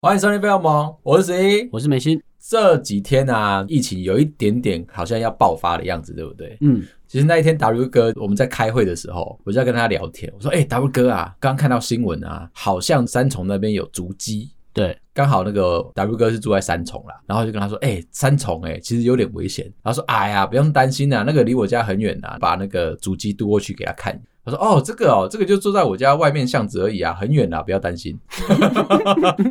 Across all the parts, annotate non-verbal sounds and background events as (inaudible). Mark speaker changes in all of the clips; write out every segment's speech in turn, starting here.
Speaker 1: 欢迎收听《费用盟》，我是十一。
Speaker 2: 我是梅心，
Speaker 1: 这几天啊，疫情有一点点好像要爆发的样子，对不对？
Speaker 2: 嗯，
Speaker 1: 其实那一天 W 哥我们在开会的时候，我就在跟他聊天，我说：“哎、w 哥啊，刚刚看到新闻啊，好像三重那边有足迹。”
Speaker 2: 对，
Speaker 1: 刚好那个 W 哥是住在三重啦，然后就跟他说：“哎、三重哎、其实有点危险。”然后说：“哎呀，不用担心啦、那个离我家很远啊，把那个主机渡过去给他看。”他说：“哦，这个哦，这个就坐在我家外面巷子而已啊，很远啦、不要担心。” (laughs)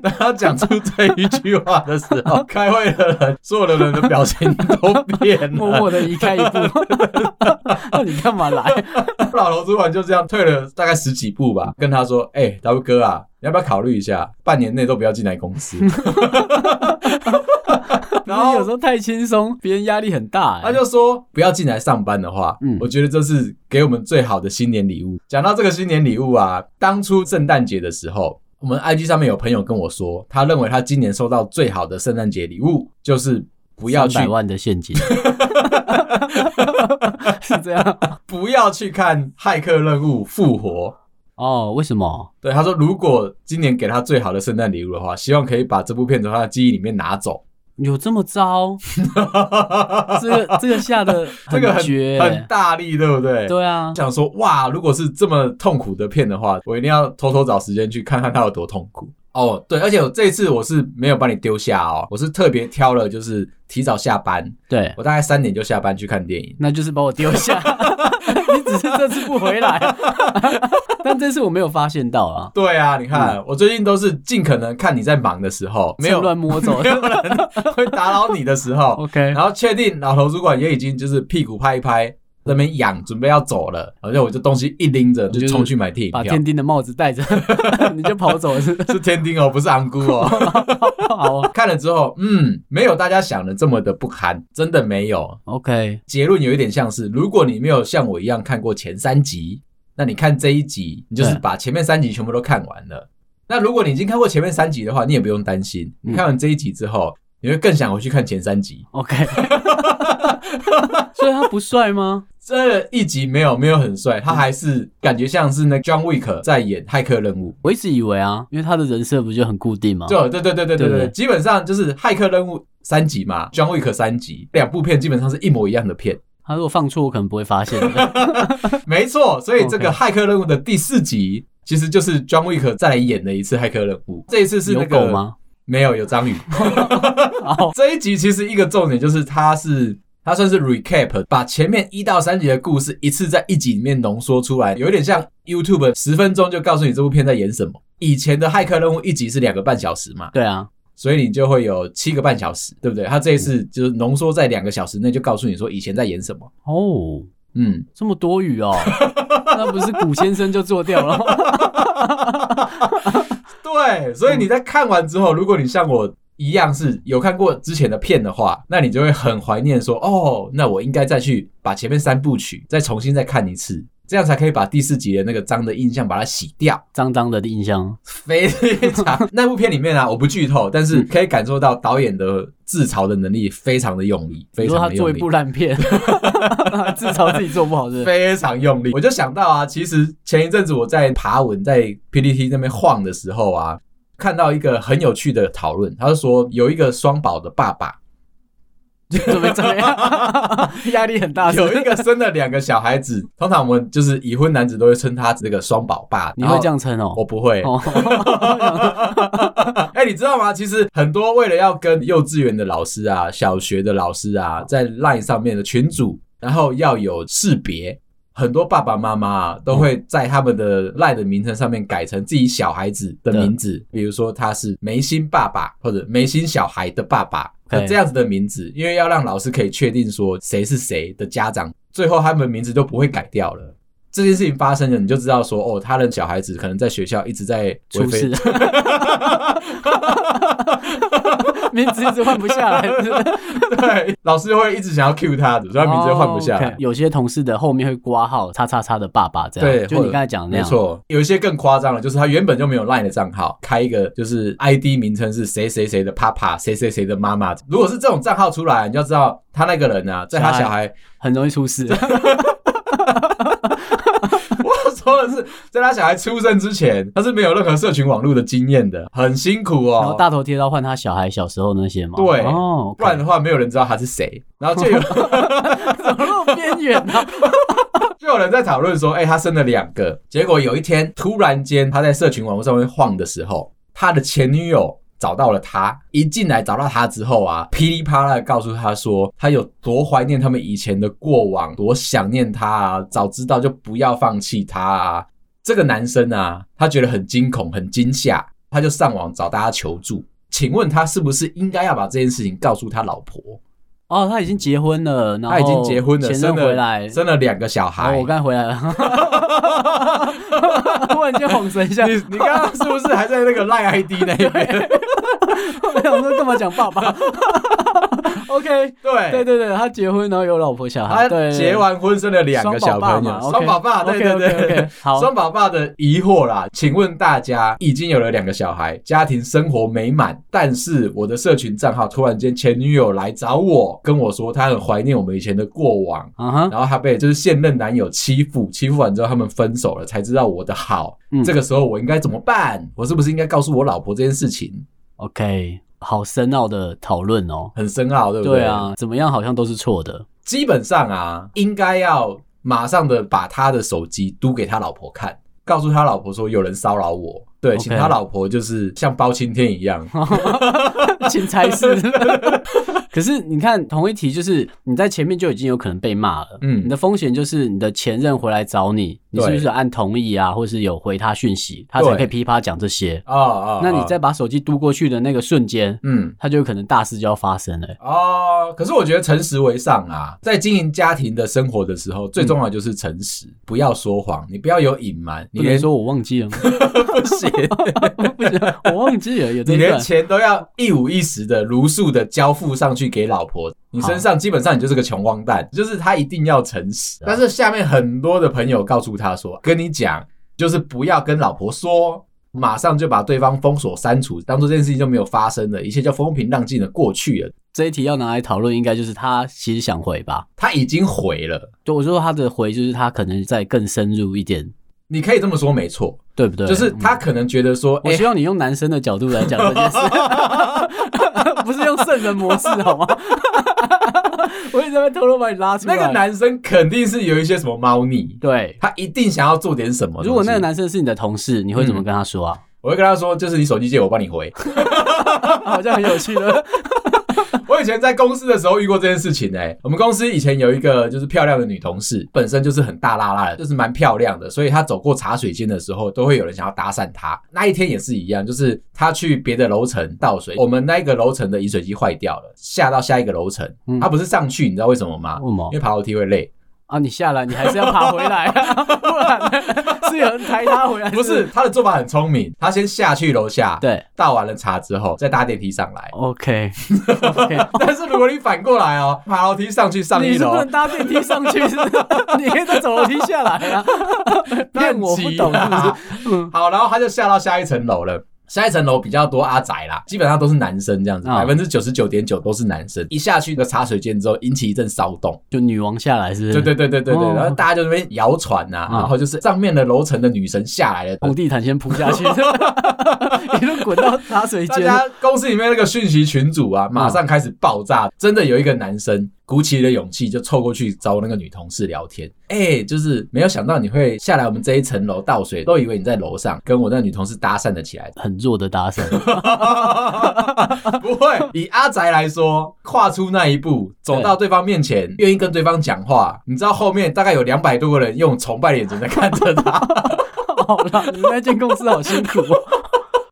Speaker 1: 当他讲出这一句话的时候，开会的人所有的人的表情都变了，
Speaker 2: (laughs) 默默的移开一步，那你干嘛来？
Speaker 1: 老楼主管就这样退了大概十几步吧，跟他说：“哎、w 哥啊，你要不要考虑一下，半年内都不要进来公司？”然
Speaker 2: 你有时
Speaker 1: 后
Speaker 2: 候太轻松，别人压力很大、欸。
Speaker 1: 他就说：“不要进来上班的话，
Speaker 2: 嗯
Speaker 1: 我觉得这是给我们最好的新年礼物。”讲到这个新年礼物啊，当初圣诞节的时候。我们 IG 上面有朋友跟我说，他认为他今年收到最好的圣诞节礼物就是不要去
Speaker 2: 百万的
Speaker 1: (laughs)
Speaker 2: 现金，是这样
Speaker 1: 不要去看《骇客任务：复活》
Speaker 2: 哦？为什么？
Speaker 1: 对，他说如果今年给他最好的圣诞礼物的话，希望可以把这部片从他的记忆里面拿走。
Speaker 2: 有这么糟？这个这个下的
Speaker 1: (laughs) 这个很
Speaker 2: 绝、哎
Speaker 1: 很大力，对不对？
Speaker 2: 对啊，
Speaker 1: 想说哇，如果是这么痛苦的片的话，我一定要偷偷找时间去看看他有多痛苦。哦，对，而且我这一次我是没有把你丢下哦，我是特别挑了，就是提早下班，
Speaker 2: 对，
Speaker 1: 我大概三点就下班去看电影。
Speaker 2: 那就是把我丢
Speaker 1: (laughs)
Speaker 2: 下，你只是这次不回来，但这次我没有发现到啊，
Speaker 1: 对啊，你看、我最近都是尽可能看你在忙的时候，没有
Speaker 2: 趁乱摸走
Speaker 1: 没有人会打扰你的时 (laughs) 候，
Speaker 2: ，OK，
Speaker 1: 然后确定老头主管也已经就是屁股拍一拍，在那边仰，准备要走了，然后我就东西一拎着就冲去买电影
Speaker 2: 把
Speaker 1: 票
Speaker 2: 天。丁的帽子
Speaker 1: (laughs)
Speaker 2: 戴着，你就跑走了是不是？
Speaker 1: 是天丁哦，不是昂姑哦。
Speaker 2: 好啊
Speaker 1: 看了之后，嗯，没有大家想的这么的不堪，真的没有。
Speaker 2: ，OK，
Speaker 1: 结论有一点像是，如果你没有像我一样看过前三集，那你看这一集，你就是
Speaker 2: 对
Speaker 1: 把前面三集全部都看完了。那如果你已经看过前面三集的话，你也不用担心，你看完这一集之后，你会更想回去看前三集。
Speaker 2: OK，所以他不帅吗？
Speaker 1: 这一集没有没有很帅，他还是感觉像是那 John Wick 在演骇客任务。
Speaker 2: 我一直以为啊，因为他的人设不就很固定吗？
Speaker 1: 就对对对对对
Speaker 2: 对
Speaker 1: 哦对，
Speaker 2: 对
Speaker 1: 基本上就是骇客任务三集嘛，John Wick 三集，两部片基本上是一模一样的片。
Speaker 2: 他如果放错，我可能不会发现的。
Speaker 1: 没错，所以这个
Speaker 2: OK
Speaker 1: 骇客任务的第四集。其实就是 John Wick 再来演了一次骇客任务，这一 (laughs) 次是那
Speaker 2: 有
Speaker 1: 个
Speaker 2: 狗？吗？
Speaker 1: 没有，有
Speaker 2: (laughs)
Speaker 1: 章鱼。
Speaker 2: 哦，
Speaker 1: 这一集其实一个重点就是它是它算是 recap，把前面一到三集的故事一次在一集里面浓缩出来，有点像 YouTube 十分钟就告诉你这部片在演什么。以前的骇客任务一集是两个半小时嘛，
Speaker 2: 对啊，
Speaker 1: 所以你就会有七个半小时，对不对？它这一次就是浓缩在两个小时内就告诉你说以前在演什么。
Speaker 2: 哦，
Speaker 1: 嗯，
Speaker 2: 这么多余哦，那不是古先生就做掉
Speaker 1: (laughs)
Speaker 2: 了吗？
Speaker 1: 对，所以你在看完之后，如果你像我一样是有看过之前的片的话，那你就会很怀念说，哦，那我应该再去把前面三部曲再重新再看一次，这样才可以把第四集的那个脏的印象把它洗掉。
Speaker 2: 脏脏的印象，
Speaker 1: 非常那部片里面啊，我不剧透，但
Speaker 2: 嗯
Speaker 1: 是可以感受到导演的自嘲的能力非常的用力，
Speaker 2: 你
Speaker 1: 非
Speaker 2: 说
Speaker 1: 常
Speaker 2: 他
Speaker 1: 的
Speaker 2: 做
Speaker 1: 用
Speaker 2: 一
Speaker 1: 力。
Speaker 2: 部烂片， (laughs) 自嘲自己做不好是不是？
Speaker 1: 非常用力。我就想到啊，其实前一阵子我在爬文，在 PPT 那边晃的时候啊，看到一个很有趣的讨论，他就说有一个双宝的爸爸，
Speaker 2: 准备怎么
Speaker 1: (laughs)
Speaker 2: 样？压力很大，是不
Speaker 1: 有
Speaker 2: 是
Speaker 1: 一个生了两个小孩子，通常我们就是已婚男子都会称他这个双宝爸。
Speaker 2: (laughs) 你会这
Speaker 1: 样？
Speaker 2: 样称哦？
Speaker 1: 我不会。
Speaker 2: 哦，
Speaker 1: (laughs) 哎、你知道吗？其实很多为了要跟幼稚园的老师啊、小学的老师啊，在 LINE 上面的群组，然后要有识别，很多爸爸妈妈啊都会在他们的 LINE 的名称上面改成自己小孩子的名字，比如说他是眉心爸爸或者眉心小孩的爸爸。
Speaker 2: OK
Speaker 1: 这样子的名字，因为要让老师可以确定说谁是谁的家长，最后他们名字就不会改掉了。这件事情发生了，你就知道说，哦，他的小孩子可能在学校一直在
Speaker 2: (laughs) 出
Speaker 1: 为非 (laughs)
Speaker 2: 事， (laughs) 名字一直换不下来，是不是
Speaker 1: 对，老师会一直想要 cue 他，所以他名字换不下来。
Speaker 2: 哦，OK 有些同事的后面会挂号“叉叉叉”的爸爸，这样
Speaker 1: 对
Speaker 2: 啊就
Speaker 1: 或
Speaker 2: 你
Speaker 1: 者
Speaker 2: 刚才讲的那
Speaker 1: 没
Speaker 2: 样，，
Speaker 1: 错，有一些更夸张的，就是他原本就没有 LINE 的账号，开一个就是 ID 名称是谁谁谁的爸爸，谁谁谁的妈妈。如果是这种账号出来，你就知道他那个 (laughs) 人啊，在他小
Speaker 2: 小
Speaker 1: 孩，
Speaker 2: 很容易出事。
Speaker 1: 我说说的是，在他小孩出生之前，他是没有任何社群网络的经验的，很辛苦
Speaker 2: 然后
Speaker 1: 哦。
Speaker 2: 大头贴到换他小孩小时候那些吗？
Speaker 1: 对
Speaker 2: 哦，
Speaker 1: 不
Speaker 2: (laughs)
Speaker 1: 然的话，没有人知道他是谁。然后就有
Speaker 2: 怎么那么哦边缘呢？
Speaker 1: 就有人在讨论说，哎、他生了两个，结果有一天突然间他在社群网络上面晃的时候，他的前女友。找到了他，一进来找到他之后啊，噼里啪啦的告诉他说，他有多怀念他们以前的过往，多想念他啊！早知道就不要放弃他啊！这个男生啊，他觉得很惊恐、很惊吓，他就上网找大家求助。请问他是不是应该要把这件事情告诉他老婆？
Speaker 2: 哦，他已经结婚了，然后
Speaker 1: 他已经结婚了，
Speaker 2: 前
Speaker 1: 生
Speaker 2: 任
Speaker 1: 了
Speaker 2: 回来，
Speaker 1: 生了两个小孩。
Speaker 2: 哦，我刚才回
Speaker 1: (laughs)
Speaker 2: 来了，突然间恍神一下
Speaker 1: 你，你刚刚是不是还在那个赖 ID 那 (laughs) 一边？
Speaker 2: 我想说干嘛讲
Speaker 1: (laughs)
Speaker 2: 爸爸？OK，
Speaker 1: 对
Speaker 2: 对对对，他结婚然后有老婆小孩，
Speaker 1: 哎他
Speaker 2: 对，
Speaker 1: 结完婚生了两个小朋友，
Speaker 2: 双
Speaker 1: 啊双宝
Speaker 2: 宝
Speaker 1: 爸，
Speaker 2: 爸嘛，OK
Speaker 1: 对对
Speaker 2: OK，OK，OK，
Speaker 1: 对，
Speaker 2: 好
Speaker 1: 双宝爸的疑惑啦，请问大家已经有了两个小孩，家庭生活美满，但是我的社群账号突然间前女友来找我，跟我说她很怀念我们以前的过往。
Speaker 2: 啊哈，
Speaker 1: 然后她被就是现任男友欺负，欺负完之后他们分手了，才知道我的好。
Speaker 2: 嗯
Speaker 1: 这个时候我应该怎么办？我是不是应该告诉我老婆这件事情？
Speaker 2: OK，好深奥的讨论哦。
Speaker 1: 很深奥，对不
Speaker 2: 对啊，怎么样好像都是错的。 (laughs)
Speaker 1: 基本上啊，应该要马上的把他的手机嘟给他老婆看，告诉他老婆说有人骚扰我。对
Speaker 2: OK
Speaker 1: 请他老婆就是像包青天一
Speaker 2: (laughs)
Speaker 1: 样，
Speaker 2: 请差
Speaker 1: (laughs)
Speaker 2: 事。可是你看，同一题就是你在前面就已经有可能被骂了，
Speaker 1: 嗯
Speaker 2: 你的风险就是你的前任回来找你，你是不是有按同意啊，或是有回他讯息，他才
Speaker 1: 对
Speaker 2: 可以噼啪讲这些。
Speaker 1: 哦哦，
Speaker 2: 那你
Speaker 1: 哦
Speaker 2: 再把手机嘟过去的那个瞬间，
Speaker 1: 嗯。
Speaker 2: 他就有可能大事就要发生了、
Speaker 1: 哦，可是我觉得诚实为上啊，在经营家庭的生活的时候，最重要的就是诚实，不要说谎，你不要有隐瞒，你
Speaker 2: 不能
Speaker 1: 连
Speaker 2: 说我忘记了
Speaker 1: (laughs)
Speaker 2: 吗，
Speaker 1: 不
Speaker 2: (laughs)
Speaker 1: 行，
Speaker 2: 不行，我忘记了，有这
Speaker 1: 你
Speaker 2: 一
Speaker 1: 连
Speaker 2: 段。
Speaker 1: 钱都要一五一十的如数的交付上去给老婆，你身上基本上你就是个穷光蛋，就是他一定要诚实。啊但是下面很多的朋友告诉他说，跟你讲，就是不要跟老婆说。马上就把对方封锁删除，当做这件事情就没有发生了，一切就风平浪静的过去了。
Speaker 2: 这一题要拿来讨论，应该就是他其实想回吧。
Speaker 1: 他已经毁了，
Speaker 2: 就我说他的回，就是他可能再更深入一点，
Speaker 1: 你可以这么说，没错，
Speaker 2: 对不对？
Speaker 1: 就是
Speaker 2: 嗯
Speaker 1: 他可能觉得说，
Speaker 2: 我
Speaker 1: 哎
Speaker 2: 希望你用男生的角度来讲这
Speaker 1: (laughs)
Speaker 2: 件事，不是用圣人模式好吗？ (laughs) 我一直在偷偷把你拉出
Speaker 1: 那
Speaker 2: 来。
Speaker 1: 个男生肯定是有一些什么猫腻，
Speaker 2: 对，
Speaker 1: 他一定想要做点什么东西。
Speaker 2: 如果那个男生是你的同事，你
Speaker 1: 嗯
Speaker 2: 会怎么跟他说啊？ (laughs)
Speaker 1: 我会跟他说，就是你手机借我，我帮你回。
Speaker 2: 好像很有趣的。
Speaker 1: 我以前在公司的时候遇过这件事情哎、我们公司以前有一个就是漂亮的女同事，本身就是很大拉拉的，就是蛮漂亮的，所以她走过茶水间的时候，都会有人想要搭讪她。那一天也是一样，就是她去别的楼层倒水，我们那一个楼层的饮水机坏掉了，下到下一个楼层
Speaker 2: 嗯，
Speaker 1: 她不是上去，你知道为什么吗？
Speaker 2: 为什么
Speaker 1: 因为爬楼梯会
Speaker 2: (laughs)
Speaker 1: 累。
Speaker 2: 啊，你下来，你还是要爬回来啊， (laughs) 不然呢是有人抬他回来。
Speaker 1: 不是，她的做法很聪明，她先下去楼下，
Speaker 2: 对
Speaker 1: 倒完了茶之后再搭电梯上来。
Speaker 2: ，OK OK，
Speaker 1: 但是如果你反过来哦，爬楼梯上去上
Speaker 2: 你
Speaker 1: 一
Speaker 2: 是不
Speaker 1: 楼
Speaker 2: 能，搭电梯上去，是不是 (laughs) 你可以再走楼梯下来 (laughs) 啊。骗我不懂是不是？
Speaker 1: (laughs)
Speaker 2: 嗯
Speaker 1: 好，然后他就下到下一层楼了。下一层楼比较多阿宅啦，基本上都是男生这样子，
Speaker 2: 啊
Speaker 1: 百分之九十九点九都是男生。一下去的茶水间之后，引起一阵骚动。
Speaker 2: 就女王下来是不是？
Speaker 1: 对对对对对对，
Speaker 2: 哦
Speaker 1: 然后大家就在那边谣传呐，
Speaker 2: 嗯
Speaker 1: 然后就是上面的楼层的女神下来了。
Speaker 2: 红地毯先铺下 (laughs) 去，一路滚到茶水
Speaker 1: 大
Speaker 2: 间。
Speaker 1: 家公司里面那个讯息群组啊，马上开始爆炸。真的有一个男生鼓起了勇气，就凑过去找我那个女同事聊天。哎、就是没有想到你会下来我们这一层楼倒水，都以为你在楼上，跟我那女同事搭讪了起来。
Speaker 2: 很弱的搭讪，
Speaker 1: (laughs) 不会，以阿宅来说，跨出那一步，走到对方面前，愿意跟对方讲话，你知道后面大概有两百多个人用崇拜的眼神在看着他。
Speaker 2: (laughs) 好啦，你们那间公司好辛苦哦。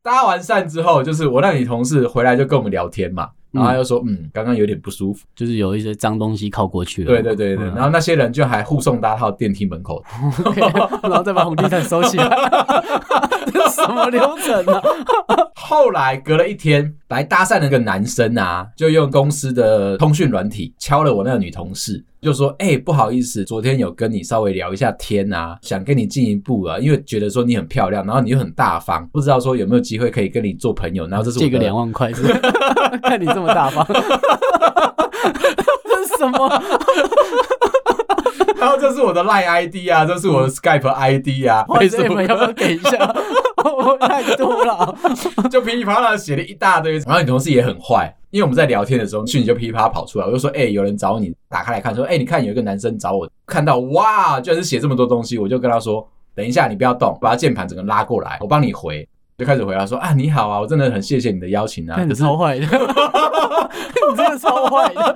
Speaker 1: 搭完讪之后，就是我那女同事回来就跟我们聊天嘛。然后她就说，嗯，刚刚有点不舒服。
Speaker 2: 就是有一些脏东西靠过去了，
Speaker 1: 对对对对，
Speaker 2: 嗯
Speaker 1: 然后那些人就还护送她到电梯门口。
Speaker 2: OK，然后再 (laughs) 把红地毯收起来， (laughs) 这是什么流程啊？
Speaker 1: 后来隔了一天，来搭讪的那个男生啊，就用公司的通讯软体敲了我那个女同事，就说：“哎、不好意思，昨天有跟你稍微聊一下天啊，想跟你进一步啊，因为觉得说你很漂亮，然后你又很大方，不知道说有没有机会可以跟你做朋友。”然后这是我
Speaker 2: (laughs) 借
Speaker 1: 的
Speaker 2: 个两万块是不是， (laughs) 看 (laughs) 你这么大方，这是什么？
Speaker 1: 然后这是我的 Line ID 啊，这是我的 Skype ID 啊
Speaker 2: 哇，这你们要不要
Speaker 1: ，Facebook
Speaker 2: 给一
Speaker 1: (laughs)
Speaker 2: 下？我太多了，
Speaker 1: 就噼里啪啦写了一大堆。然后你同事也很坏，因为我们在聊天的时候，讯息就噼里啪啦跑出来，我就说，哎、有人找你，打开来看，说，哎、你看有一个男生找我，看到哇，居然是写这么多东西，我就跟他说，等一下你不要动，把他键盘整个拉过来，我帮你回。就开始回答说啊，你好啊，我真的很谢谢你的邀请啊，
Speaker 2: 那你
Speaker 1: 可是 (laughs)
Speaker 2: 超坏的，你真的超坏的。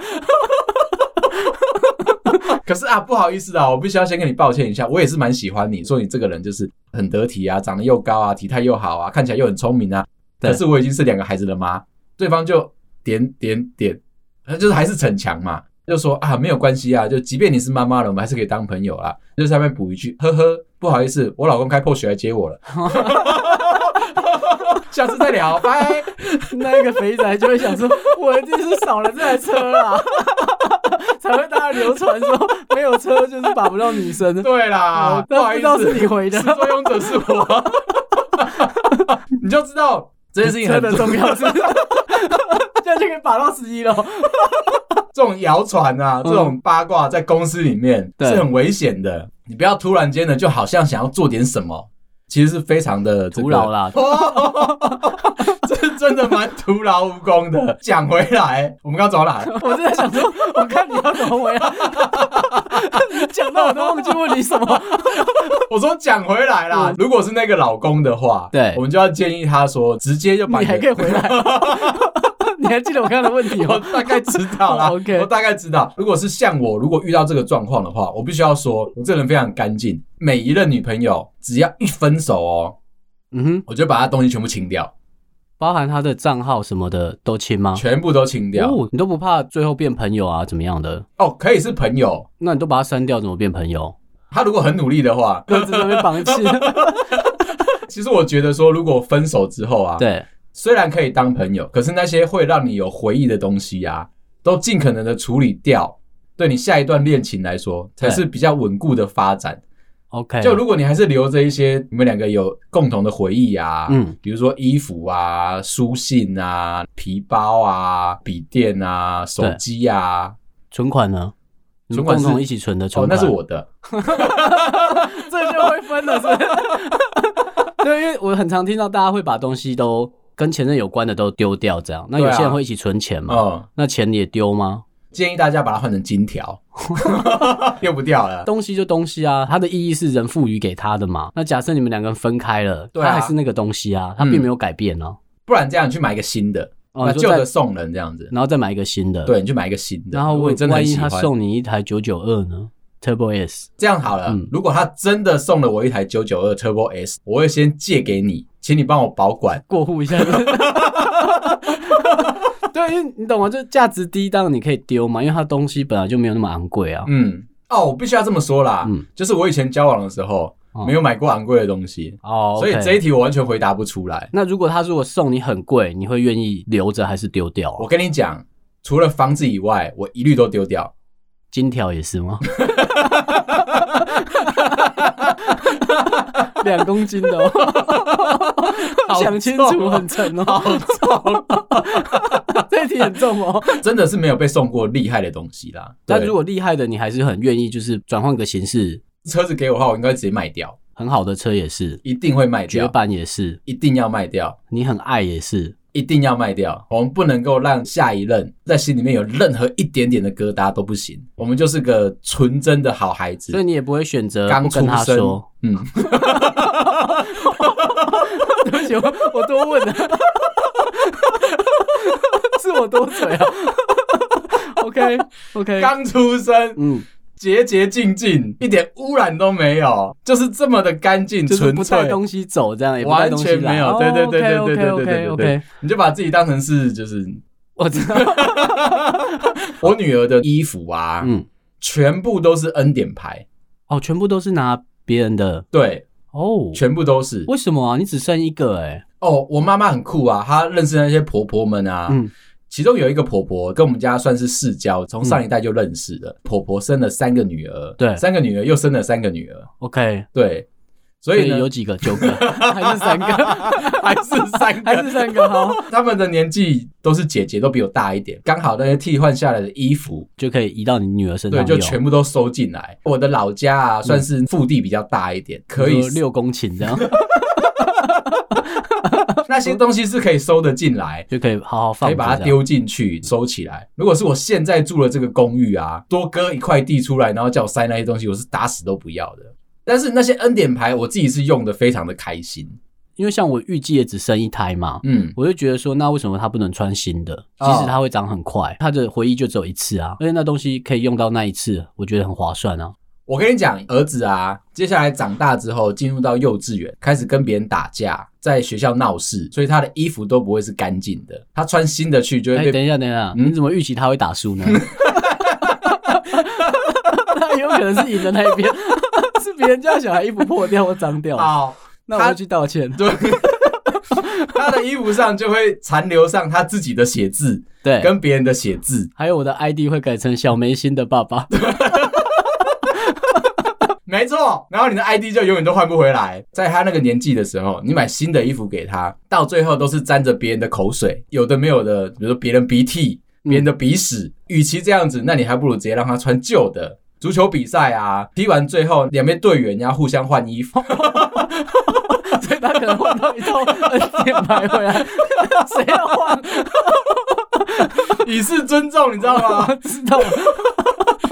Speaker 1: 可是啊，不好意思啊，我必须要先跟你抱歉一下，我也是蛮喜欢你，说你这个人就是很得体啊，长得又高啊，体态又好啊，看起来又很聪明啊。
Speaker 2: 对
Speaker 1: 可是我已经是两个孩子的妈，对方就点点点，呃就是还是逞强嘛，就说啊没有关系啊，就即便你是妈妈了，我们还是可以当朋友啊。就是上面补一句，呵呵，不好意思，我老公开 POS 来接我了。 (laughs) 下次再聊，拜。
Speaker 2: 那个肥仔就会想说，我一定是少了这台车啦， (laughs) 才会大家流传说没有车就是把不到女生。
Speaker 1: 对啦
Speaker 2: 哦，
Speaker 1: 啊不好
Speaker 2: 但
Speaker 1: 意
Speaker 2: 不知道
Speaker 1: 思
Speaker 2: 是，你回的
Speaker 1: 始，作俑者是
Speaker 2: (laughs)
Speaker 1: 我，你就知道这件事情
Speaker 2: 车
Speaker 1: 很
Speaker 2: 的重要是， (laughs) 这样就可以把到十一了。
Speaker 1: 这种谣传啊，这种八卦在公司里面
Speaker 2: 嗯对
Speaker 1: 是很危险的。你不要突然间的就好像想要做点什么，其实是非常的这个
Speaker 2: 徒劳。啦，
Speaker 1: 这 (laughs) 真的蛮徒劳无功
Speaker 2: (laughs)
Speaker 1: 的。讲回来，我们刚走到哪？
Speaker 2: 我真的想说，我看你要怎么回啊？ (laughs) 你讲到我都忘记问你什么。
Speaker 1: 我说讲回来啦
Speaker 2: 嗯，
Speaker 1: 如果是那个老公的话，
Speaker 2: 对
Speaker 1: 我们就要建议他说，直接就把
Speaker 2: 你还
Speaker 1: 你
Speaker 2: 可以
Speaker 1: 的。
Speaker 2: 回来， (laughs) 你还记得我刚刚的问题
Speaker 1: (laughs) 我
Speaker 2: 吗？
Speaker 1: 大概知道
Speaker 2: (laughs)
Speaker 1: 啦
Speaker 2: 哦 OK
Speaker 1: 我大概知道。如果是像我，如果遇到这个状况的话，我必须要说，我这人非常干净。每一任女朋友只要一分手哦，
Speaker 2: 嗯哼，
Speaker 1: 我就把她东西全部清掉。
Speaker 2: 包含他的账号什么的都清吗？
Speaker 1: 全部都清掉。
Speaker 2: 哦，你都不怕最后变朋友啊，怎么样的？
Speaker 1: 哦，可以是朋友，
Speaker 2: 那你都把他删掉，怎么变朋
Speaker 1: (laughs)
Speaker 2: 友？
Speaker 1: 他如果很努力的话， (laughs)
Speaker 2: 鸽子都被绑起。
Speaker 1: 其实我觉得说，如果分手之后啊，，
Speaker 2: (laughs) 对，
Speaker 1: 虽然可以当朋友，可是那些会让你有回忆的东西啊，都尽可能的处理掉。对你下一段恋情来说，才是比较稳固的发展。
Speaker 2: OK，
Speaker 1: 就如果你还是留着一些你们两个有共同的回忆啊，
Speaker 2: 嗯
Speaker 1: 比如说衣服啊、书信啊、皮包啊、笔电啊、手
Speaker 2: 对
Speaker 1: 机啊，
Speaker 2: 存款呢？你
Speaker 1: 存
Speaker 2: 们
Speaker 1: 款
Speaker 2: 共
Speaker 1: 是
Speaker 2: 同一起存的
Speaker 1: 哦
Speaker 2: 存，
Speaker 1: 那
Speaker 2: 款，
Speaker 1: 是我的，
Speaker 2: 这就会分了，是不是？ (laughs) 对，因为我很常听到大家会把东西都跟前任有关的都丢掉，这样。那有
Speaker 1: 对啊
Speaker 2: 些人会一起存钱嘛？
Speaker 1: 嗯，
Speaker 2: 那钱你也丢吗？
Speaker 1: 建议大家把它换成金
Speaker 2: (laughs)
Speaker 1: 条，丢不掉了。
Speaker 2: 东西就东西啊，它的意义是人赋予给它的嘛。那假设你们两个人分开了，
Speaker 1: 对啊
Speaker 2: 它还是那个东西啊，它并没有改变哦。
Speaker 1: 不然这样你去买一个新的，嗯
Speaker 2: 哦，
Speaker 1: 那
Speaker 2: 你说
Speaker 1: 旧
Speaker 2: 再
Speaker 1: 的送人这样子。
Speaker 2: 然后再买一个新的。。
Speaker 1: 对，你去买一个新的。
Speaker 2: 然后
Speaker 1: 如
Speaker 2: 我
Speaker 1: 果你真的
Speaker 2: 万
Speaker 1: 很
Speaker 2: 一
Speaker 1: 喜
Speaker 2: 他
Speaker 1: 欢，
Speaker 2: 送你一台九九二呢？Turbo S，
Speaker 1: 这样好了。
Speaker 2: 嗯
Speaker 1: 如果他真的送了我一台九九二 Turbo S，我会先借给你，请你帮我保管。
Speaker 2: 过户一下。 (laughs) 对，因为你懂吗？就是价值低，当然你可以丢嘛，因为它东西本来就没有那么昂贵啊。
Speaker 1: 嗯，哦，我必须要这么说啦。
Speaker 2: 嗯
Speaker 1: 就是我以前交往的时候，
Speaker 2: 哦
Speaker 1: 没有买过昂贵的东西，
Speaker 2: 哦，
Speaker 1: 所以
Speaker 2: OK
Speaker 1: 这一题我完全回答不出来。
Speaker 2: 那如果他如果送你很贵，你会愿意留着还是丢掉啊、
Speaker 1: 我跟你讲，除了房子以外，我一律都丢掉。
Speaker 2: 金条也是吗？ (laughs) 两公斤的、 (laughs) 哦，
Speaker 1: 好
Speaker 2: 想清
Speaker 1: 重
Speaker 2: 楚
Speaker 1: 哦
Speaker 2: 很沉哦， (laughs) 这一题很重哦。
Speaker 1: 真的是没有被送过厉害的东西啦。
Speaker 2: 但
Speaker 1: 对
Speaker 2: 如果厉害的，你还是很愿意，就是转换个形式，
Speaker 1: 车子给我的话，我应该直接卖掉，
Speaker 2: 很好的车也是，
Speaker 1: 一定会卖
Speaker 2: 绝
Speaker 1: 掉，
Speaker 2: 版也是，
Speaker 1: 一定要卖掉，
Speaker 2: 你很爱也是。
Speaker 1: 一定要卖掉。我们不能够让下一任在心里面有任何一点点的疙瘩都不行。我们就是个纯真的好孩
Speaker 2: 所
Speaker 1: 子，
Speaker 2: 以你也不会选择
Speaker 1: 刚
Speaker 2: 不
Speaker 1: 出
Speaker 2: 跟他
Speaker 1: 生
Speaker 2: 说，， (laughs)
Speaker 1: 嗯，
Speaker 2: 对不起，我我多问了， (laughs) 是我多嘴啊。OK OK，
Speaker 1: 刚出生，
Speaker 2: 嗯，
Speaker 1: 洁洁净净，一点污染都没有，就是这么的干净
Speaker 2: 就是
Speaker 1: 纯
Speaker 2: 不带
Speaker 1: 粹。
Speaker 2: 东西哦走这样，也不带
Speaker 1: 完
Speaker 2: 东西
Speaker 1: 全
Speaker 2: 来
Speaker 1: 没有，对对对对对对对对
Speaker 2: OK
Speaker 1: 对
Speaker 2: OK，
Speaker 1: 对，你就把自己当成是就是
Speaker 2: 我知道，
Speaker 1: 我女儿的衣服啊，
Speaker 2: 嗯，
Speaker 1: 全部都是恩典牌，
Speaker 2: 哦，全部都是拿别人的
Speaker 1: 对，
Speaker 2: 哦，
Speaker 1: 全部都是。
Speaker 2: 为什么啊？你只剩一个哎，
Speaker 1: 哦，我妈妈很酷啊，她认识那些婆婆们啊。
Speaker 2: 嗯
Speaker 1: 其中有一个婆婆跟我们家算是世交，从上一代就认识的。婆婆生了三个女儿，
Speaker 2: 嗯对
Speaker 1: 三个女儿又生了三个女儿，
Speaker 2: ，OK，
Speaker 1: 对。所以呢
Speaker 2: 有，几个？九个还是三个？
Speaker 1: (laughs) 还是三
Speaker 2: 还是
Speaker 1: 个，
Speaker 2: 三个好，
Speaker 1: 他们的年纪都是姐姐，都比我大一点，刚好那些替换下来的衣服，
Speaker 2: 就可以移到你女儿身上
Speaker 1: 对，就
Speaker 2: 用。
Speaker 1: 全部都收进来。我的老家啊，算是腹地比较大一点，可以
Speaker 2: 比如嗯六公顷这样，
Speaker 1: 那些东西是可以收得进来，
Speaker 2: 就可以好好放
Speaker 1: 可以
Speaker 2: 着这样。
Speaker 1: 把它丢进去收起来。如果是我现在住的这个公寓啊，多割一块地出来，然后叫我塞那些东西，我是打死都不要的。但是那些恩典牌，我自己是用的非常的开心。
Speaker 2: 因为像我预计也只生一胎嘛，
Speaker 1: 嗯，
Speaker 2: 我就觉得说，那为什么它不能穿新的？即
Speaker 1: 哦
Speaker 2: 使它会长很快，它的回忆就只有一次啊，而且那东西可以用到那一次，我觉得很划算啊。
Speaker 1: 我跟你讲，儿子啊，接下来长大之后进入到幼稚园，开始跟别人打架，在学校闹事，所以他的衣服都不会是干净的。他穿新的去就
Speaker 2: 哎、
Speaker 1: 会被。
Speaker 2: 等一下，等一下，
Speaker 1: 嗯
Speaker 2: 你怎么预期它会打输呢？ (laughs) 那有可能是赢的那一边， (laughs) 是别人家小孩衣服破掉或脏
Speaker 1: (laughs)
Speaker 2: 掉，
Speaker 1: 哦，
Speaker 2: 那我会去道歉。
Speaker 1: 对， (laughs) 他的衣服上就会残留上他自己的写字
Speaker 2: 对，
Speaker 1: 跟别人的写字，
Speaker 2: 还有我的 ID 会改成小梅心的爸 (laughs) 爸。
Speaker 1: 没错，然后你的 ID 就永远都换不回来。在他那个年纪的时候，你买新的衣服给他，到最后都是沾着别人的口水，有的没有的，比如说别人鼻涕、别人的鼻屎。与其这样子，那你还不如直接让他穿旧的。足球比赛啊，踢完最后两边队员要互相换衣服，
Speaker 2: 所以他可能换到一套恩典牌回来， (laughs) 谁要换？
Speaker 1: 以示尊重，你知道吗？
Speaker 2: 知道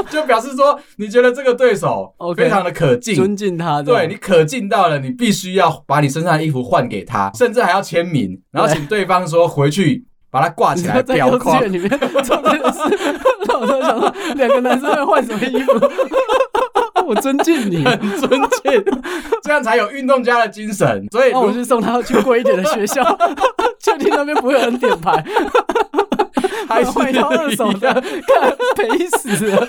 Speaker 1: 就表示说你觉得这个对手
Speaker 2: OK
Speaker 1: 非常的可敬。
Speaker 2: 尊敬他，
Speaker 1: 对你可敬到了，你必须要把你身上的衣服换给他，甚至还要签名，然后
Speaker 2: 对
Speaker 1: 请对方说回去把它挂
Speaker 2: 你
Speaker 1: 起
Speaker 2: 知
Speaker 1: 来
Speaker 2: 道在幼
Speaker 1: 裱框
Speaker 2: 稚。园里面 (laughs) 做这件事， (laughs) 那我就想说，两个男生会换什么衣服？ (laughs) 我尊敬你，
Speaker 1: 很尊敬，这样才有运动家的精神。所以
Speaker 2: 哦那我
Speaker 1: 如
Speaker 2: 就送他去贵一点的学校， (laughs) 确定那边不会有人点牌，
Speaker 1: 还是
Speaker 2: 换一套二手
Speaker 1: 一
Speaker 2: 的，
Speaker 1: 样，
Speaker 2: 看赔死了。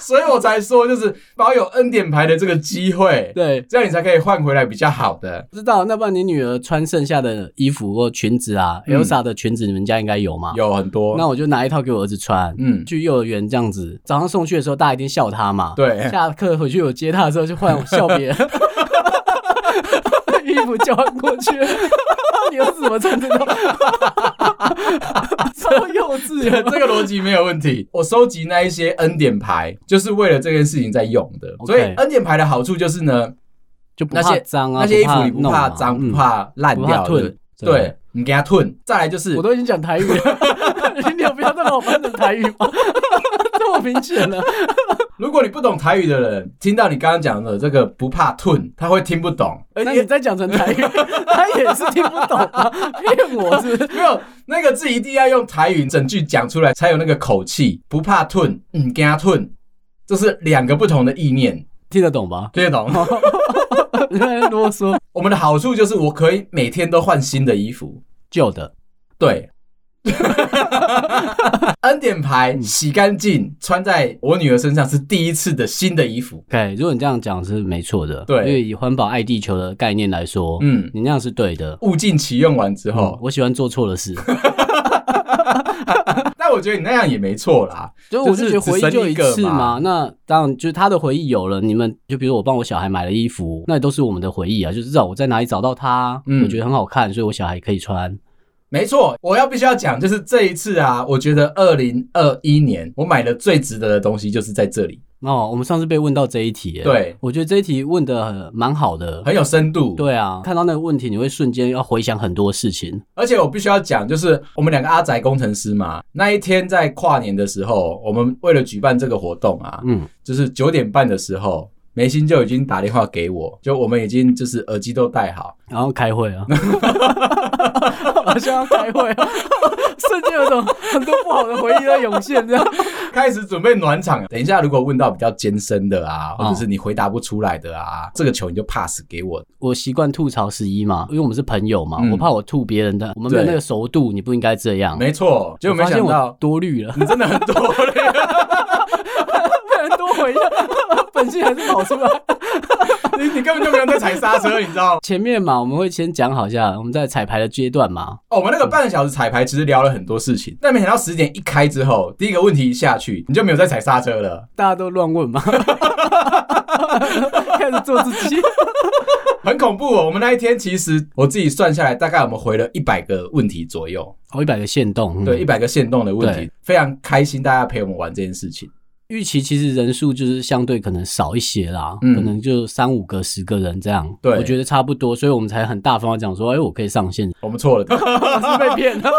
Speaker 1: 所以我才说就是保有恩典牌的这个机会，
Speaker 2: 对，
Speaker 1: 这样你才可以换回来比较好的。
Speaker 2: 知道。那不然你女儿穿剩下的衣服或裙子啊
Speaker 1: 嗯
Speaker 2: ，Elsa 的裙子你们家应该有吗？
Speaker 1: 有很多，
Speaker 2: 那我就拿一套给我儿子穿。
Speaker 1: 嗯， (laughs)
Speaker 2: 去幼儿园这样子，早上送去的时候，大家一定笑他嘛。
Speaker 1: 对，
Speaker 2: 下课回去我接他的时候就换我笑别人， (laughs) 衣服交换过去， (laughs) 你儿子怎么穿这种？ (laughs) 超幼稚
Speaker 1: 这
Speaker 2: 的，
Speaker 1: 个逻辑没有问题。我收集那一些恩典牌，就是为了这件事情在用的。
Speaker 2: OK
Speaker 1: 所以恩典牌的好处就是呢，
Speaker 2: 就不
Speaker 1: 那
Speaker 2: 怕
Speaker 1: 些
Speaker 2: 脏啊，
Speaker 1: 那些衣服你不
Speaker 2: 弄啊
Speaker 1: 怕脏、
Speaker 2: 嗯
Speaker 1: 不怕烂
Speaker 2: 不怕
Speaker 1: 掉，
Speaker 2: 褪
Speaker 1: 对，对你给它吞。再来就是
Speaker 2: 我都已经讲台语了， (laughs) 你有必要再把我翻成台语吗？ (laughs) 这么明显了，
Speaker 1: 如果你不懂台语的人，听到你刚刚讲的这个不怕吞，他会听不懂，而
Speaker 2: 那你
Speaker 1: 且
Speaker 2: 再讲成台语， (laughs) 他也是听不懂啊，骗 (laughs) 我是不是？
Speaker 1: 没有那个字一定要用台语整句讲出来，才有那个口气。不怕吞，嗯，跟他吞，这是两个不同的意念，
Speaker 2: (laughs) 听得懂吧？
Speaker 1: 听得懂？
Speaker 2: 你在那边啰嗦，
Speaker 1: (laughs) 我们的好处就是我可以每天都换新的衣服，
Speaker 2: 旧的
Speaker 1: 对。 (laughs) 恩典
Speaker 2: 嗯
Speaker 1: 牌洗干净，穿在我女儿身上是第一次的新的衣服。
Speaker 2: OK，如果你这样讲是没错的，
Speaker 1: 对
Speaker 2: 因为以环保爱地球的概念来说，
Speaker 1: 嗯，
Speaker 2: 你那样是对的。
Speaker 1: 物尽其用完之
Speaker 2: 哦
Speaker 1: 后，，
Speaker 2: 我喜欢做错的事，嗯
Speaker 1: 但我觉得你那样也没错啦。
Speaker 2: 就是我
Speaker 1: 就
Speaker 2: 就是觉得回忆就一
Speaker 1: 只
Speaker 2: 次
Speaker 1: 生一个嘛
Speaker 2: 嘛。那当然，就是他的回忆有了，你们就比如我帮我小孩买了衣服，那也都是我们的回忆啊。就至少我在哪里找到它，
Speaker 1: 嗯
Speaker 2: 我觉得很好看，所以我小孩可以穿。
Speaker 1: 没错，我要必须要讲，就是这一次啊，我觉得二零二一年我买的最值得的东西就是在这里，
Speaker 2: 哦，我们上次被问到这一题，哎
Speaker 1: 对，
Speaker 2: 我觉得这一题问的蛮好的。
Speaker 1: 很有深度。，
Speaker 2: 对啊，看到那个问题，你会瞬间要回想很多事情。
Speaker 1: 而且我必须要讲，就是我们两个阿宅工程师嘛，那一天在跨年的时候，我们为了举办这个活动啊，
Speaker 2: 嗯，
Speaker 1: 就是九点半的时候。梅心就已经打电话给我，就我们已经就是耳机都戴好，
Speaker 2: 然后开会
Speaker 1: (laughs)
Speaker 2: 啊， (laughs) 好像要开会啊，瞬间有种很多不好的回忆在涌现，这样。
Speaker 1: 开始准备暖场。等一下，如果问到比较艰深的啊，或者是你回答不出来的啊，这个球你就 pass 给我，
Speaker 2: 我习惯吐槽十一嘛，因为我们是朋友嘛，
Speaker 1: 嗯
Speaker 2: 我怕我吐别人的，我们没有
Speaker 1: 对
Speaker 2: 那个熟度，你不应该这样。
Speaker 1: 没错，结
Speaker 2: 我
Speaker 1: 果没
Speaker 2: 发现
Speaker 1: 想
Speaker 2: 我
Speaker 1: 到，
Speaker 2: 多虑了 (laughs)
Speaker 1: 你真的很多嘞，
Speaker 2: 不然多 (laughs) 回一下，本性还是跑出来。
Speaker 1: (laughs) 你你根本就没有在踩刹车，你知道吗？
Speaker 2: 前面嘛，我们会先讲好一下，我们在彩排的阶段嘛，
Speaker 1: 哦，我们那个半个小时彩排其实聊了很多事情，但没想到十点一
Speaker 2: (laughs)
Speaker 1: 开之后，第一个问题一下去，你就没有再踩刹车了。
Speaker 2: 大家都乱问嘛，开始做自己。
Speaker 1: (laughs) 很恐怖哦。我们那一天其实我自己算下来，大概我们回了一百个问题左右，
Speaker 2: 哦，一百个限动，嗯
Speaker 1: 对，一。百个限动的问题
Speaker 2: 对，
Speaker 1: 非常开心大家陪我们玩这件事情。
Speaker 2: 预期其实人数就是相对可能少一些啦，
Speaker 1: 嗯
Speaker 2: 可能就三五个、十个人这样。
Speaker 1: 对
Speaker 2: 我觉得差不多，所以我们才很大方的讲说，哎、我可以上线，
Speaker 1: 我们错了， (laughs)
Speaker 2: 是被骗的，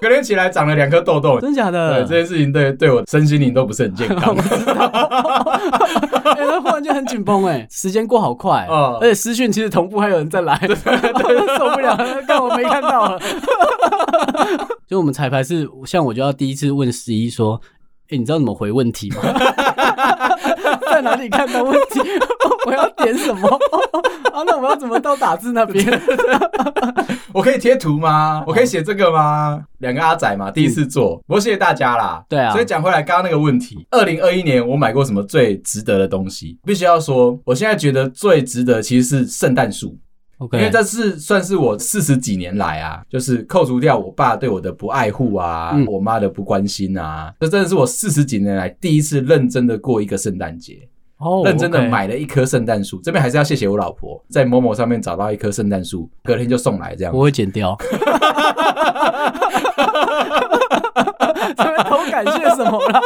Speaker 1: 隔天起来长了两颗痘痘。
Speaker 2: (laughs) 真假
Speaker 1: 对
Speaker 2: 的？
Speaker 1: 这件事情对对我身心灵都不是很健
Speaker 2: (laughs)
Speaker 1: 康。
Speaker 2: 哎、那忽然间很紧绷哎， (laughs) 时间过好快、
Speaker 1: 嗯
Speaker 2: 而且私讯其实同步还有人
Speaker 1: (laughs)
Speaker 2: 在来，受不了了，但我没看到了。就我们彩排是像我就要第一次问十一说，哎、你知道怎么回问
Speaker 1: (laughs)
Speaker 2: 题吗？在哪里看到问题？ (laughs) 我要点什么？啊，那我要怎么到打字那
Speaker 1: (laughs)
Speaker 2: 边？
Speaker 1: 我可以贴图
Speaker 2: 哦
Speaker 1: 吗？我可以写这个吗？两个阿仔嘛，第一次做，不过谢谢大家啦。
Speaker 2: 对啊
Speaker 1: 所以讲回来刚刚那个问题，二零二一年我买过什么最值得的东西？必须要说，我现在觉得最值得其实是圣诞树，
Speaker 2: OK，
Speaker 1: 因为这是算是我四十几年来啊，就是扣除掉我爸对我的不爱护啊，
Speaker 2: 嗯
Speaker 1: 我妈的不关心啊，这真的是我四十几年来第一次认真的过一个圣诞节。
Speaker 2: 哦
Speaker 1: 认真的
Speaker 2: OK
Speaker 1: 买了一棵圣诞树。这边还是要谢谢我老婆，在某某上面找到一棵圣诞树，隔天就送来这样。
Speaker 2: 我会剪
Speaker 1: (laughs)
Speaker 2: 掉。头感谢什么啦？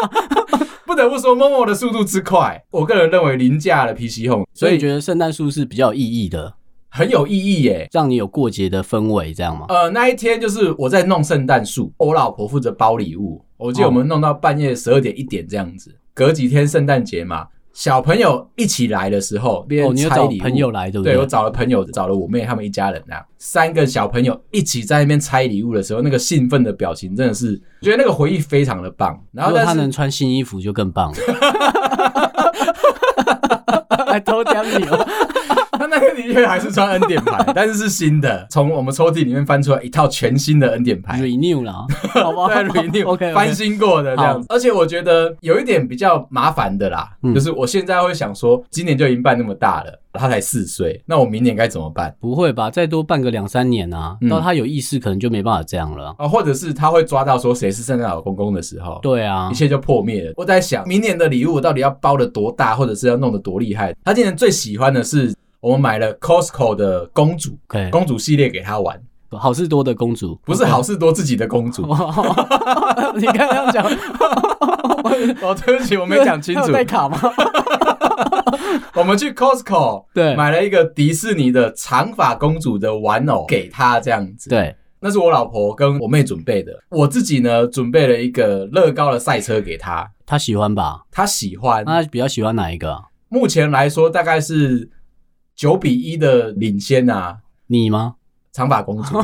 Speaker 1: (laughs) 不得不说，某某的速度之快，我个人认为凌驾了 PC Home，
Speaker 2: 所
Speaker 1: 所
Speaker 2: 以
Speaker 1: 以
Speaker 2: 觉得圣诞树是比较有意义的，
Speaker 1: 很有意义耶。
Speaker 2: 让你有过节的氛围，这样吗？
Speaker 1: 呃，那一天就是我在弄圣诞树，我老婆负责包礼物。我记得我们弄到半夜十二点一点这样子。隔几天圣诞节嘛，小朋友一起来的时候，边
Speaker 2: 哦，你有
Speaker 1: 拆
Speaker 2: 找
Speaker 1: 礼物，
Speaker 2: 朋友来，对不
Speaker 1: 对我找了朋友，找了我妹他们一家人啊，三个小朋友一起在那边拆礼物的时候，那个兴奋的表情真的是，觉得那个回忆非常的棒。然后
Speaker 2: 如果
Speaker 1: 但
Speaker 2: 他
Speaker 1: 是
Speaker 2: 能穿新衣服就更棒了。 (laughs) 还偷掉你哦！
Speaker 1: 他 (laughs) 那个的确还是穿恩典牌，但是是新的，从我们抽屉里面翻出来一套全新的恩典牌。 (laughs)
Speaker 2: renew 啊啦，好吧
Speaker 1: 对 renew
Speaker 2: OK，
Speaker 1: 翻新过的这样子，而且我觉得有一点比较麻烦的啦，
Speaker 2: 嗯
Speaker 1: 就是我现在会想说，今年就已经办那么大了，他才四岁，那我明年该怎么办？
Speaker 2: 不会吧？再多办个两三年啊
Speaker 1: 嗯，
Speaker 2: 到他有意识可能就没办法这样了。
Speaker 1: 啊，或者是他会抓到说谁是圣诞老公公的时候，
Speaker 2: 对啊
Speaker 1: 一，切就破灭了。我在想，明年的礼物到底要包的多大，或者是要弄得多厉害？他今年最喜欢的是我们买了 Costco 的公主，
Speaker 2: OK，
Speaker 1: 公主系列给他玩，
Speaker 2: 好事多的公主
Speaker 1: 不是好事多自己的公主。
Speaker 2: 哇， (laughs) 你刚刚讲
Speaker 1: (laughs) 哦，对不起，我没讲清
Speaker 2: (laughs) 他
Speaker 1: 楚
Speaker 2: 有。带卡吗？
Speaker 1: 我们去 Costco
Speaker 2: 对
Speaker 1: 买了一个迪士尼的长发公主的玩偶给她，这样子。，
Speaker 2: 对，
Speaker 1: 那是我老婆跟我妹准备的。我自己呢，准备了一个乐高的赛车给她，
Speaker 2: 他喜欢吧？
Speaker 1: 她喜欢。
Speaker 2: 那他比较喜欢哪一个啊？
Speaker 1: 目前来说，大概是九比一的领先啊。
Speaker 2: 你 (laughs) 吗？
Speaker 1: 长发公主，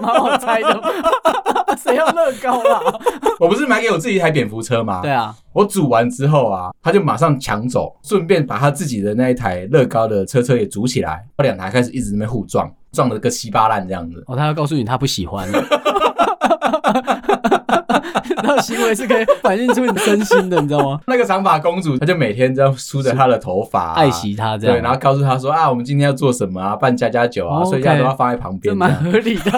Speaker 2: 蛮好猜的， (laughs) 谁要乐高啊啦？
Speaker 1: 我不是买给我自己一台蝙蝠车吗？
Speaker 2: 对啊，
Speaker 1: 我组完之后啊，他就马上抢走，顺便把他自己的那一台乐高的车车也组起来，我两台开始一直在那边互撞，撞了个稀巴烂这样子。
Speaker 2: 哦，他要告诉你他不喜欢。 (laughs) 那行为是可以反映出你真心的，你知道吗？
Speaker 1: 那个长发公主，她就每天这样梳着她的头发、啊
Speaker 2: 爱惜他这样，
Speaker 1: 对，然后告诉她说啊，我们今天要做什么啊，办家家酒啊，
Speaker 2: 哦
Speaker 1: 所以大家
Speaker 2: OK
Speaker 1: 都要放在旁
Speaker 2: 这
Speaker 1: 边。
Speaker 2: 蛮合理的。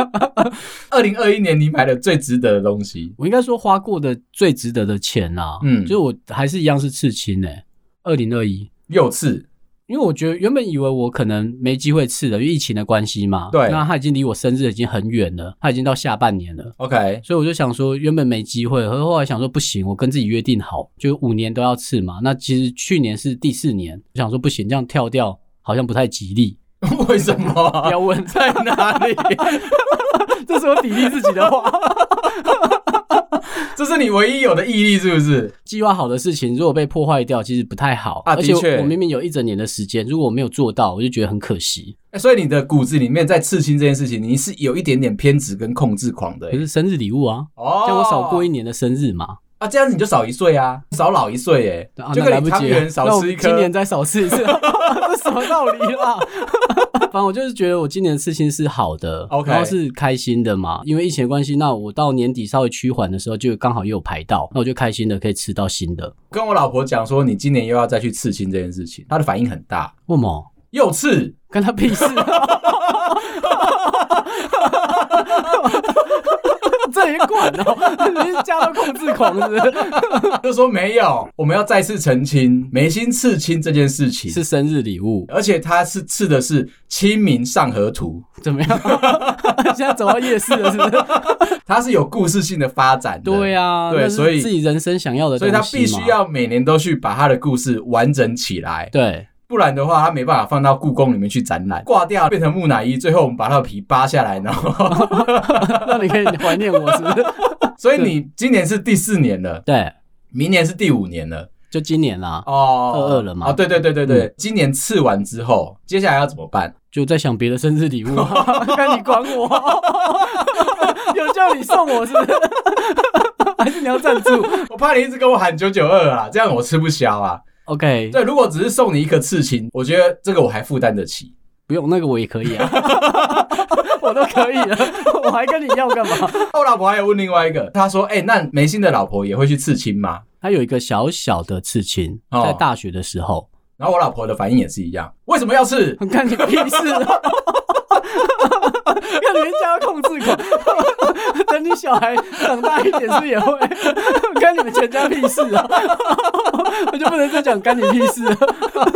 Speaker 2: (laughs)
Speaker 1: 二零二一年你买的最值得的东西，
Speaker 2: 我应该说花过的最值得的钱啦、
Speaker 1: 嗯
Speaker 2: 就是我还是一样是刺青诶、二零二一。
Speaker 1: 六次，
Speaker 2: 因为我觉得原本以为我可能没机会刺了，因为疫情的关系嘛。
Speaker 1: 对
Speaker 2: 那他已经离我生日已经很远了，他已经到下半年了。 (laughs)
Speaker 1: OK，
Speaker 2: 所以我就想说，原本没机会，可是后来想说不行，我跟自己约定好，就五年都要刺嘛。那其实去年是第四年，我想说不行，这样跳掉好像不太吉利。
Speaker 1: 为什么？，
Speaker 2: 问
Speaker 1: 在哪里？
Speaker 2: 这是我砥砺自己
Speaker 1: (laughs)
Speaker 2: 的话。
Speaker 1: 这是你唯一有的毅力，是不是？
Speaker 2: 计划好的事情，如果被破坏掉，其实不太好。
Speaker 1: 啊
Speaker 2: 而且
Speaker 1: 的确
Speaker 2: 我明明有一整年的时间，如果我没有做到，我就觉得很可惜。
Speaker 1: 欸所以你的骨子里面在刺青这件事情，你是有一点点偏执跟控制狂的、
Speaker 2: 可
Speaker 1: 欸。
Speaker 2: 是生日礼物啊，
Speaker 1: 哦
Speaker 2: 叫我少过一年的生日嘛，
Speaker 1: 啊，这样子你就少一岁啊，少老一岁哎、
Speaker 2: 啊
Speaker 1: 就
Speaker 2: 那来
Speaker 1: 跟
Speaker 2: 不
Speaker 1: 你汤
Speaker 2: 及了
Speaker 1: 圆少吃一颗。
Speaker 2: 那我今年再少吃一次，
Speaker 1: (laughs)
Speaker 2: (laughs) 这什么道理啦？反正我就是觉得我今年的事情是好的
Speaker 1: OK
Speaker 2: 然后是开心的嘛，因为疫情的关系，那我到年底稍微趋缓的时候，就刚好又有排到，那我就开心的可以吃到新的。
Speaker 1: 跟我老婆讲说，你今年又要再去刺青这件事情，她的反应很大，
Speaker 2: 为什么？
Speaker 1: 又刺，
Speaker 2: 跟他屁事、 (laughs) 这也管哦？你是加入控制狂是不是？
Speaker 1: 就说没有，我们要再次澄清眉心刺青这件事情。
Speaker 2: 是生日礼物，
Speaker 1: 而且他是刺的是《清明上河图
Speaker 2: 怎么样？ (laughs) 现在走到夜市了是不是？》，
Speaker 1: 它是有故事性的发展的。
Speaker 2: 对啊，
Speaker 1: 对
Speaker 2: 那是
Speaker 1: 所以
Speaker 2: 自己人生想要的
Speaker 1: 所
Speaker 2: 东
Speaker 1: 以他
Speaker 2: 西嘛，
Speaker 1: 必须要每年都去把他的故事完整起来，
Speaker 2: (laughs) 对
Speaker 1: 不然的话他没办法放到故宫里面去展览，挂掉变成木乃伊，最后我们把他的皮扒下来，然后，
Speaker 2: 让你可以怀念我是不是？
Speaker 1: 所以你今年是第四年了，
Speaker 2: (laughs) 对，
Speaker 1: 明年是第五年了，
Speaker 2: 就今年啦，
Speaker 1: 哦，
Speaker 2: 22了嘛
Speaker 1: 啊，对对对对对，今年刺完之后，接下来要怎么办？
Speaker 2: 就在想别的生日礼物啊， (laughs) 看你管我， (laughs) 有叫你送我是不 (laughs) 是？还是你要赞助
Speaker 1: (laughs) 我怕你一直跟我喊九九二啊，这样我吃不消啊。
Speaker 2: ？OK，
Speaker 1: 对，如果只是送你一颗刺青，我觉得这个我还负担得起。
Speaker 2: 不用那个我也可以 (laughs) 啊，我都可以了，我还跟你要干嘛？
Speaker 1: 我老婆还有问另外一个，她说：“哎、那梅心的老婆也会去刺青吗
Speaker 2: 他有一个小小的刺青，
Speaker 1: 哦
Speaker 2: 在大学的时候，？”
Speaker 1: 然后我老婆的反应也是一样，为什么要刺？
Speaker 2: 干你屁事啊！ (laughs) 看你家控制狂， (laughs) 等你小孩长大一点，是不是也会？干你们全家屁事啊！ (laughs) 我就不能再讲干你屁事啊了。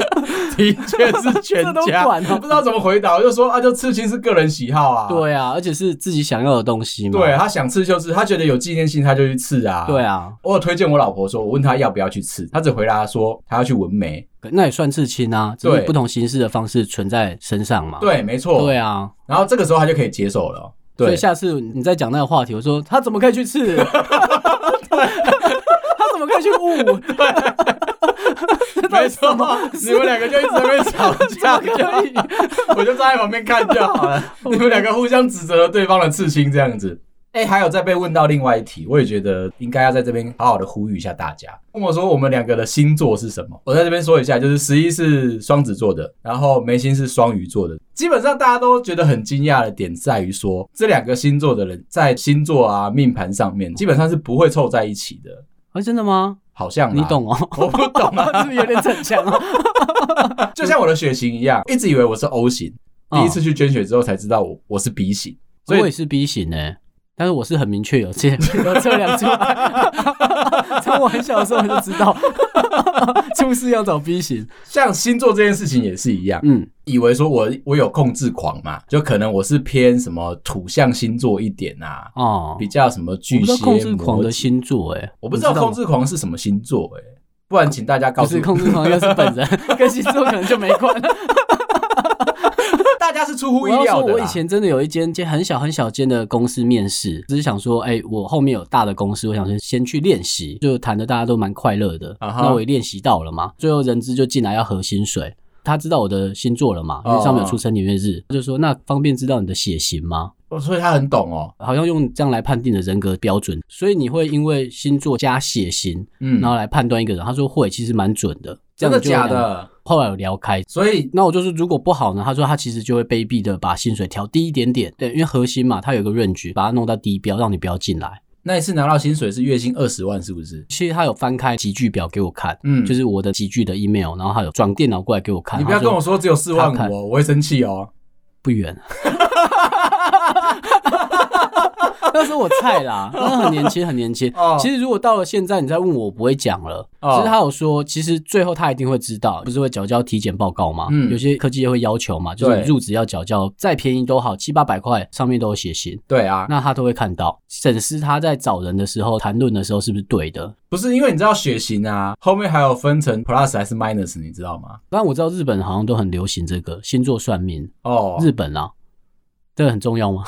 Speaker 1: 的确是全
Speaker 2: 这都
Speaker 1: 家，
Speaker 2: 管哦
Speaker 1: 我不知道怎么回答，我就说啊，就刺青是个人喜好啊。
Speaker 2: (laughs) 对啊，而且是自己想要的东西嘛。
Speaker 1: 对，他想刺就刺，他觉得有纪念性，他就去刺啊。
Speaker 2: 对，啊，
Speaker 1: 我有推荐我老婆说，我问她要不要去刺，她只回答说她要去纹眉。
Speaker 2: 可那也算刺青啊，只
Speaker 1: 对
Speaker 2: 是不同形式的方式存在身上嘛。
Speaker 1: 对，没错。
Speaker 2: 对啊，
Speaker 1: 然后这个时候她就可以接受了。哦
Speaker 2: 所
Speaker 1: 对 (laughs)
Speaker 2: 以，下次你再讲那个话题，我说他怎么可以去 (laughs) 刺？他怎么可以去 (laughs) 误？
Speaker 1: 没错，你们两个就一直在那边吵架，
Speaker 2: 怎么可 (laughs) 以？
Speaker 1: (laughs) 我就站在旁边看就好了。你们两个互相指责了对方的刺青，这样子。哎、还有再被问到另外一题，我也觉得应该要在这边好好的呼吁一下大家。问我说我们两个的星座是什么？我在这边说一下，就是十一是双子座的，然后眉心是双鱼座的。基本上大家都觉得很惊讶的点在于说，这两个星座的人在星座啊命盘上面基本上是不会凑在一起的，
Speaker 2: 啊，真的吗？
Speaker 1: 好像啦
Speaker 2: 你？懂哦，
Speaker 1: (laughs) 我不懂啊，
Speaker 2: (laughs) 是不是有点逞强啊？
Speaker 1: (laughs) 就像我的血型一样，一直以为我是 O 型，第一次
Speaker 2: 嗯，
Speaker 1: 去捐血之后才知道我我是 B 型，所以
Speaker 2: 我也是 B 型呢，但是我是很明确有这有测量出来， (laughs) 从我很小的时候我就知道，出事要找 B 型。
Speaker 1: 像星座这件事情也是一样，
Speaker 2: 嗯，
Speaker 1: 以为说我我有控制狂嘛，就可能我是偏什么土象星座一点啊，
Speaker 2: 哦，
Speaker 1: 比较什么
Speaker 2: 我
Speaker 1: 巨
Speaker 2: 不知
Speaker 1: 蟹、
Speaker 2: 道控制狂的
Speaker 1: 摩羯，
Speaker 2: 星座哎，
Speaker 1: 我不知道控制狂是什么星座哎、不然请大家告
Speaker 2: 不
Speaker 1: 诉
Speaker 2: 是
Speaker 1: 我，
Speaker 2: 控制狂，要是本人跟星座可能就没关。
Speaker 1: (laughs) 大家是出乎
Speaker 2: 我
Speaker 1: 意
Speaker 2: 要
Speaker 1: 料的
Speaker 2: 说，
Speaker 1: 啦。
Speaker 2: 我以前真的有一间间很小很小间的公司面试，只是想说，哎、我后面有大的公司，我想先先去练习，就谈的大家都蛮快乐的。
Speaker 1: 啊哈
Speaker 2: 那我也练习到了嘛，最后人资就进来要核薪水。他知道我的星座了
Speaker 1: 哦
Speaker 2: 嘛？因为上面有出生年月日，他就说那方便知道你的血型吗？
Speaker 1: 哦，所以他很懂哦，
Speaker 2: 好像用这样来判定的人格标准，所以你会因为星座加血型，
Speaker 1: 嗯
Speaker 2: 然，后来判断一个人。他说会，其实蛮准的。这
Speaker 1: 真
Speaker 2: 样
Speaker 1: 的
Speaker 2: 就会
Speaker 1: 假
Speaker 2: 让人？
Speaker 1: 的？
Speaker 2: 后来有聊开，
Speaker 1: 所以
Speaker 2: 那我就是如果不好呢，他说他其实就会卑鄙的把薪水调低一点点，对，因为核心嘛，他有一个 range，把它弄到低标，让你不要进来。
Speaker 1: 那一次拿到薪水是月薪二十万，是不是？
Speaker 2: 其实他有翻开集聚表给我看，
Speaker 1: 嗯
Speaker 2: 就是我的集聚的 email，然后他有转电脑过来给我看。
Speaker 1: 你不要
Speaker 2: 他
Speaker 1: 跟我说只有四万
Speaker 2: 他
Speaker 1: 五
Speaker 2: 看
Speaker 1: 哦，我会生气哦。
Speaker 2: 不远，啊 (laughs) 那是我菜
Speaker 1: (laughs)
Speaker 2: 啦，那时候很年轻，很年轻。
Speaker 1: 哦
Speaker 2: 其实如果到了现在，你再问我，我不会讲了。
Speaker 1: 哦
Speaker 2: 其实他有说，其实最后他一定会知道，不是会缴交体检报告吗？
Speaker 1: 嗯
Speaker 2: 有些科技业会要求嘛，就是
Speaker 1: 对
Speaker 2: 你入职要缴交，再便宜都好，七八百块上面都有写信，
Speaker 1: 对啊，
Speaker 2: 那他都会看到。审视他在找人的时候，谈论的时候是不是对的？
Speaker 1: 不是因为你知道血型啊，后面还有分成 plus 还是 minus，你知道吗？
Speaker 2: 当然我知道日本好像都很流行这个星座算命，
Speaker 1: 哦，
Speaker 2: 日本啊，这个很重
Speaker 1: (laughs)
Speaker 2: 要吗？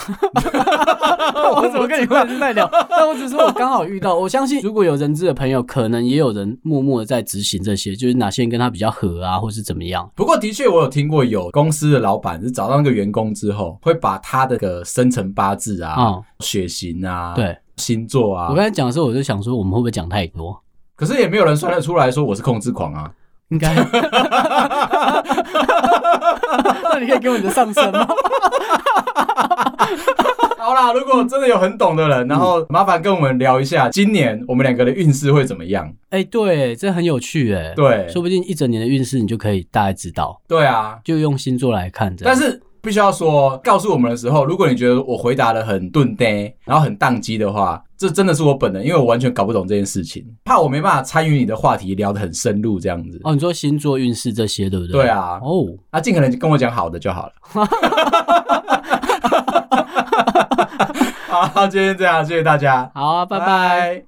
Speaker 2: 我怎么跟你
Speaker 1: 问？
Speaker 2: 们在聊？但我只是说我刚好遇到，我相信如果有人知的朋友，可能也有人默默的在执行这些，就是哪些人跟他比较合啊，或是怎么样。
Speaker 1: 不过的确，我有听过有公司的老板是找到那个员工之后，会把他的个生辰八字啊、
Speaker 2: 哦
Speaker 1: 血型啊、
Speaker 2: 对
Speaker 1: 星座啊
Speaker 2: 我刚，才讲的时候，我就想说我们会不会讲太多？
Speaker 1: 可是也没有人算得出来说我是控制狂
Speaker 2: (laughs)
Speaker 1: 啊。
Speaker 2: 应该。那你可以给我你的上身
Speaker 1: (laughs)
Speaker 2: 吗？
Speaker 1: 好啦，如果真的有很懂的人，然后麻烦跟我们聊一下，今年我们两个的运势会怎么样？
Speaker 2: 哎、对，这很有趣哎、，
Speaker 1: 对，
Speaker 2: 说不定一整年的运势你就可以大概知道，
Speaker 1: 对啊，
Speaker 2: 就用星座来看这
Speaker 1: 但
Speaker 2: 样。
Speaker 1: 是必须要说，告诉我们的时候，如果你觉得我回答的很钝呆，然后很宕机的话，这真的是我本人，因为我完全搞不懂这件事情，怕我没办法参与你的话题，聊得很深入这样子。
Speaker 2: 哦，你说星座运势这些对不对？
Speaker 1: 对啊，
Speaker 2: 哦，
Speaker 1: 啊，尽可能跟我讲好的就好
Speaker 2: (laughs)
Speaker 1: 了。 (laughs) 好，今天这样，谢谢大家，
Speaker 2: 好啊，拜拜。。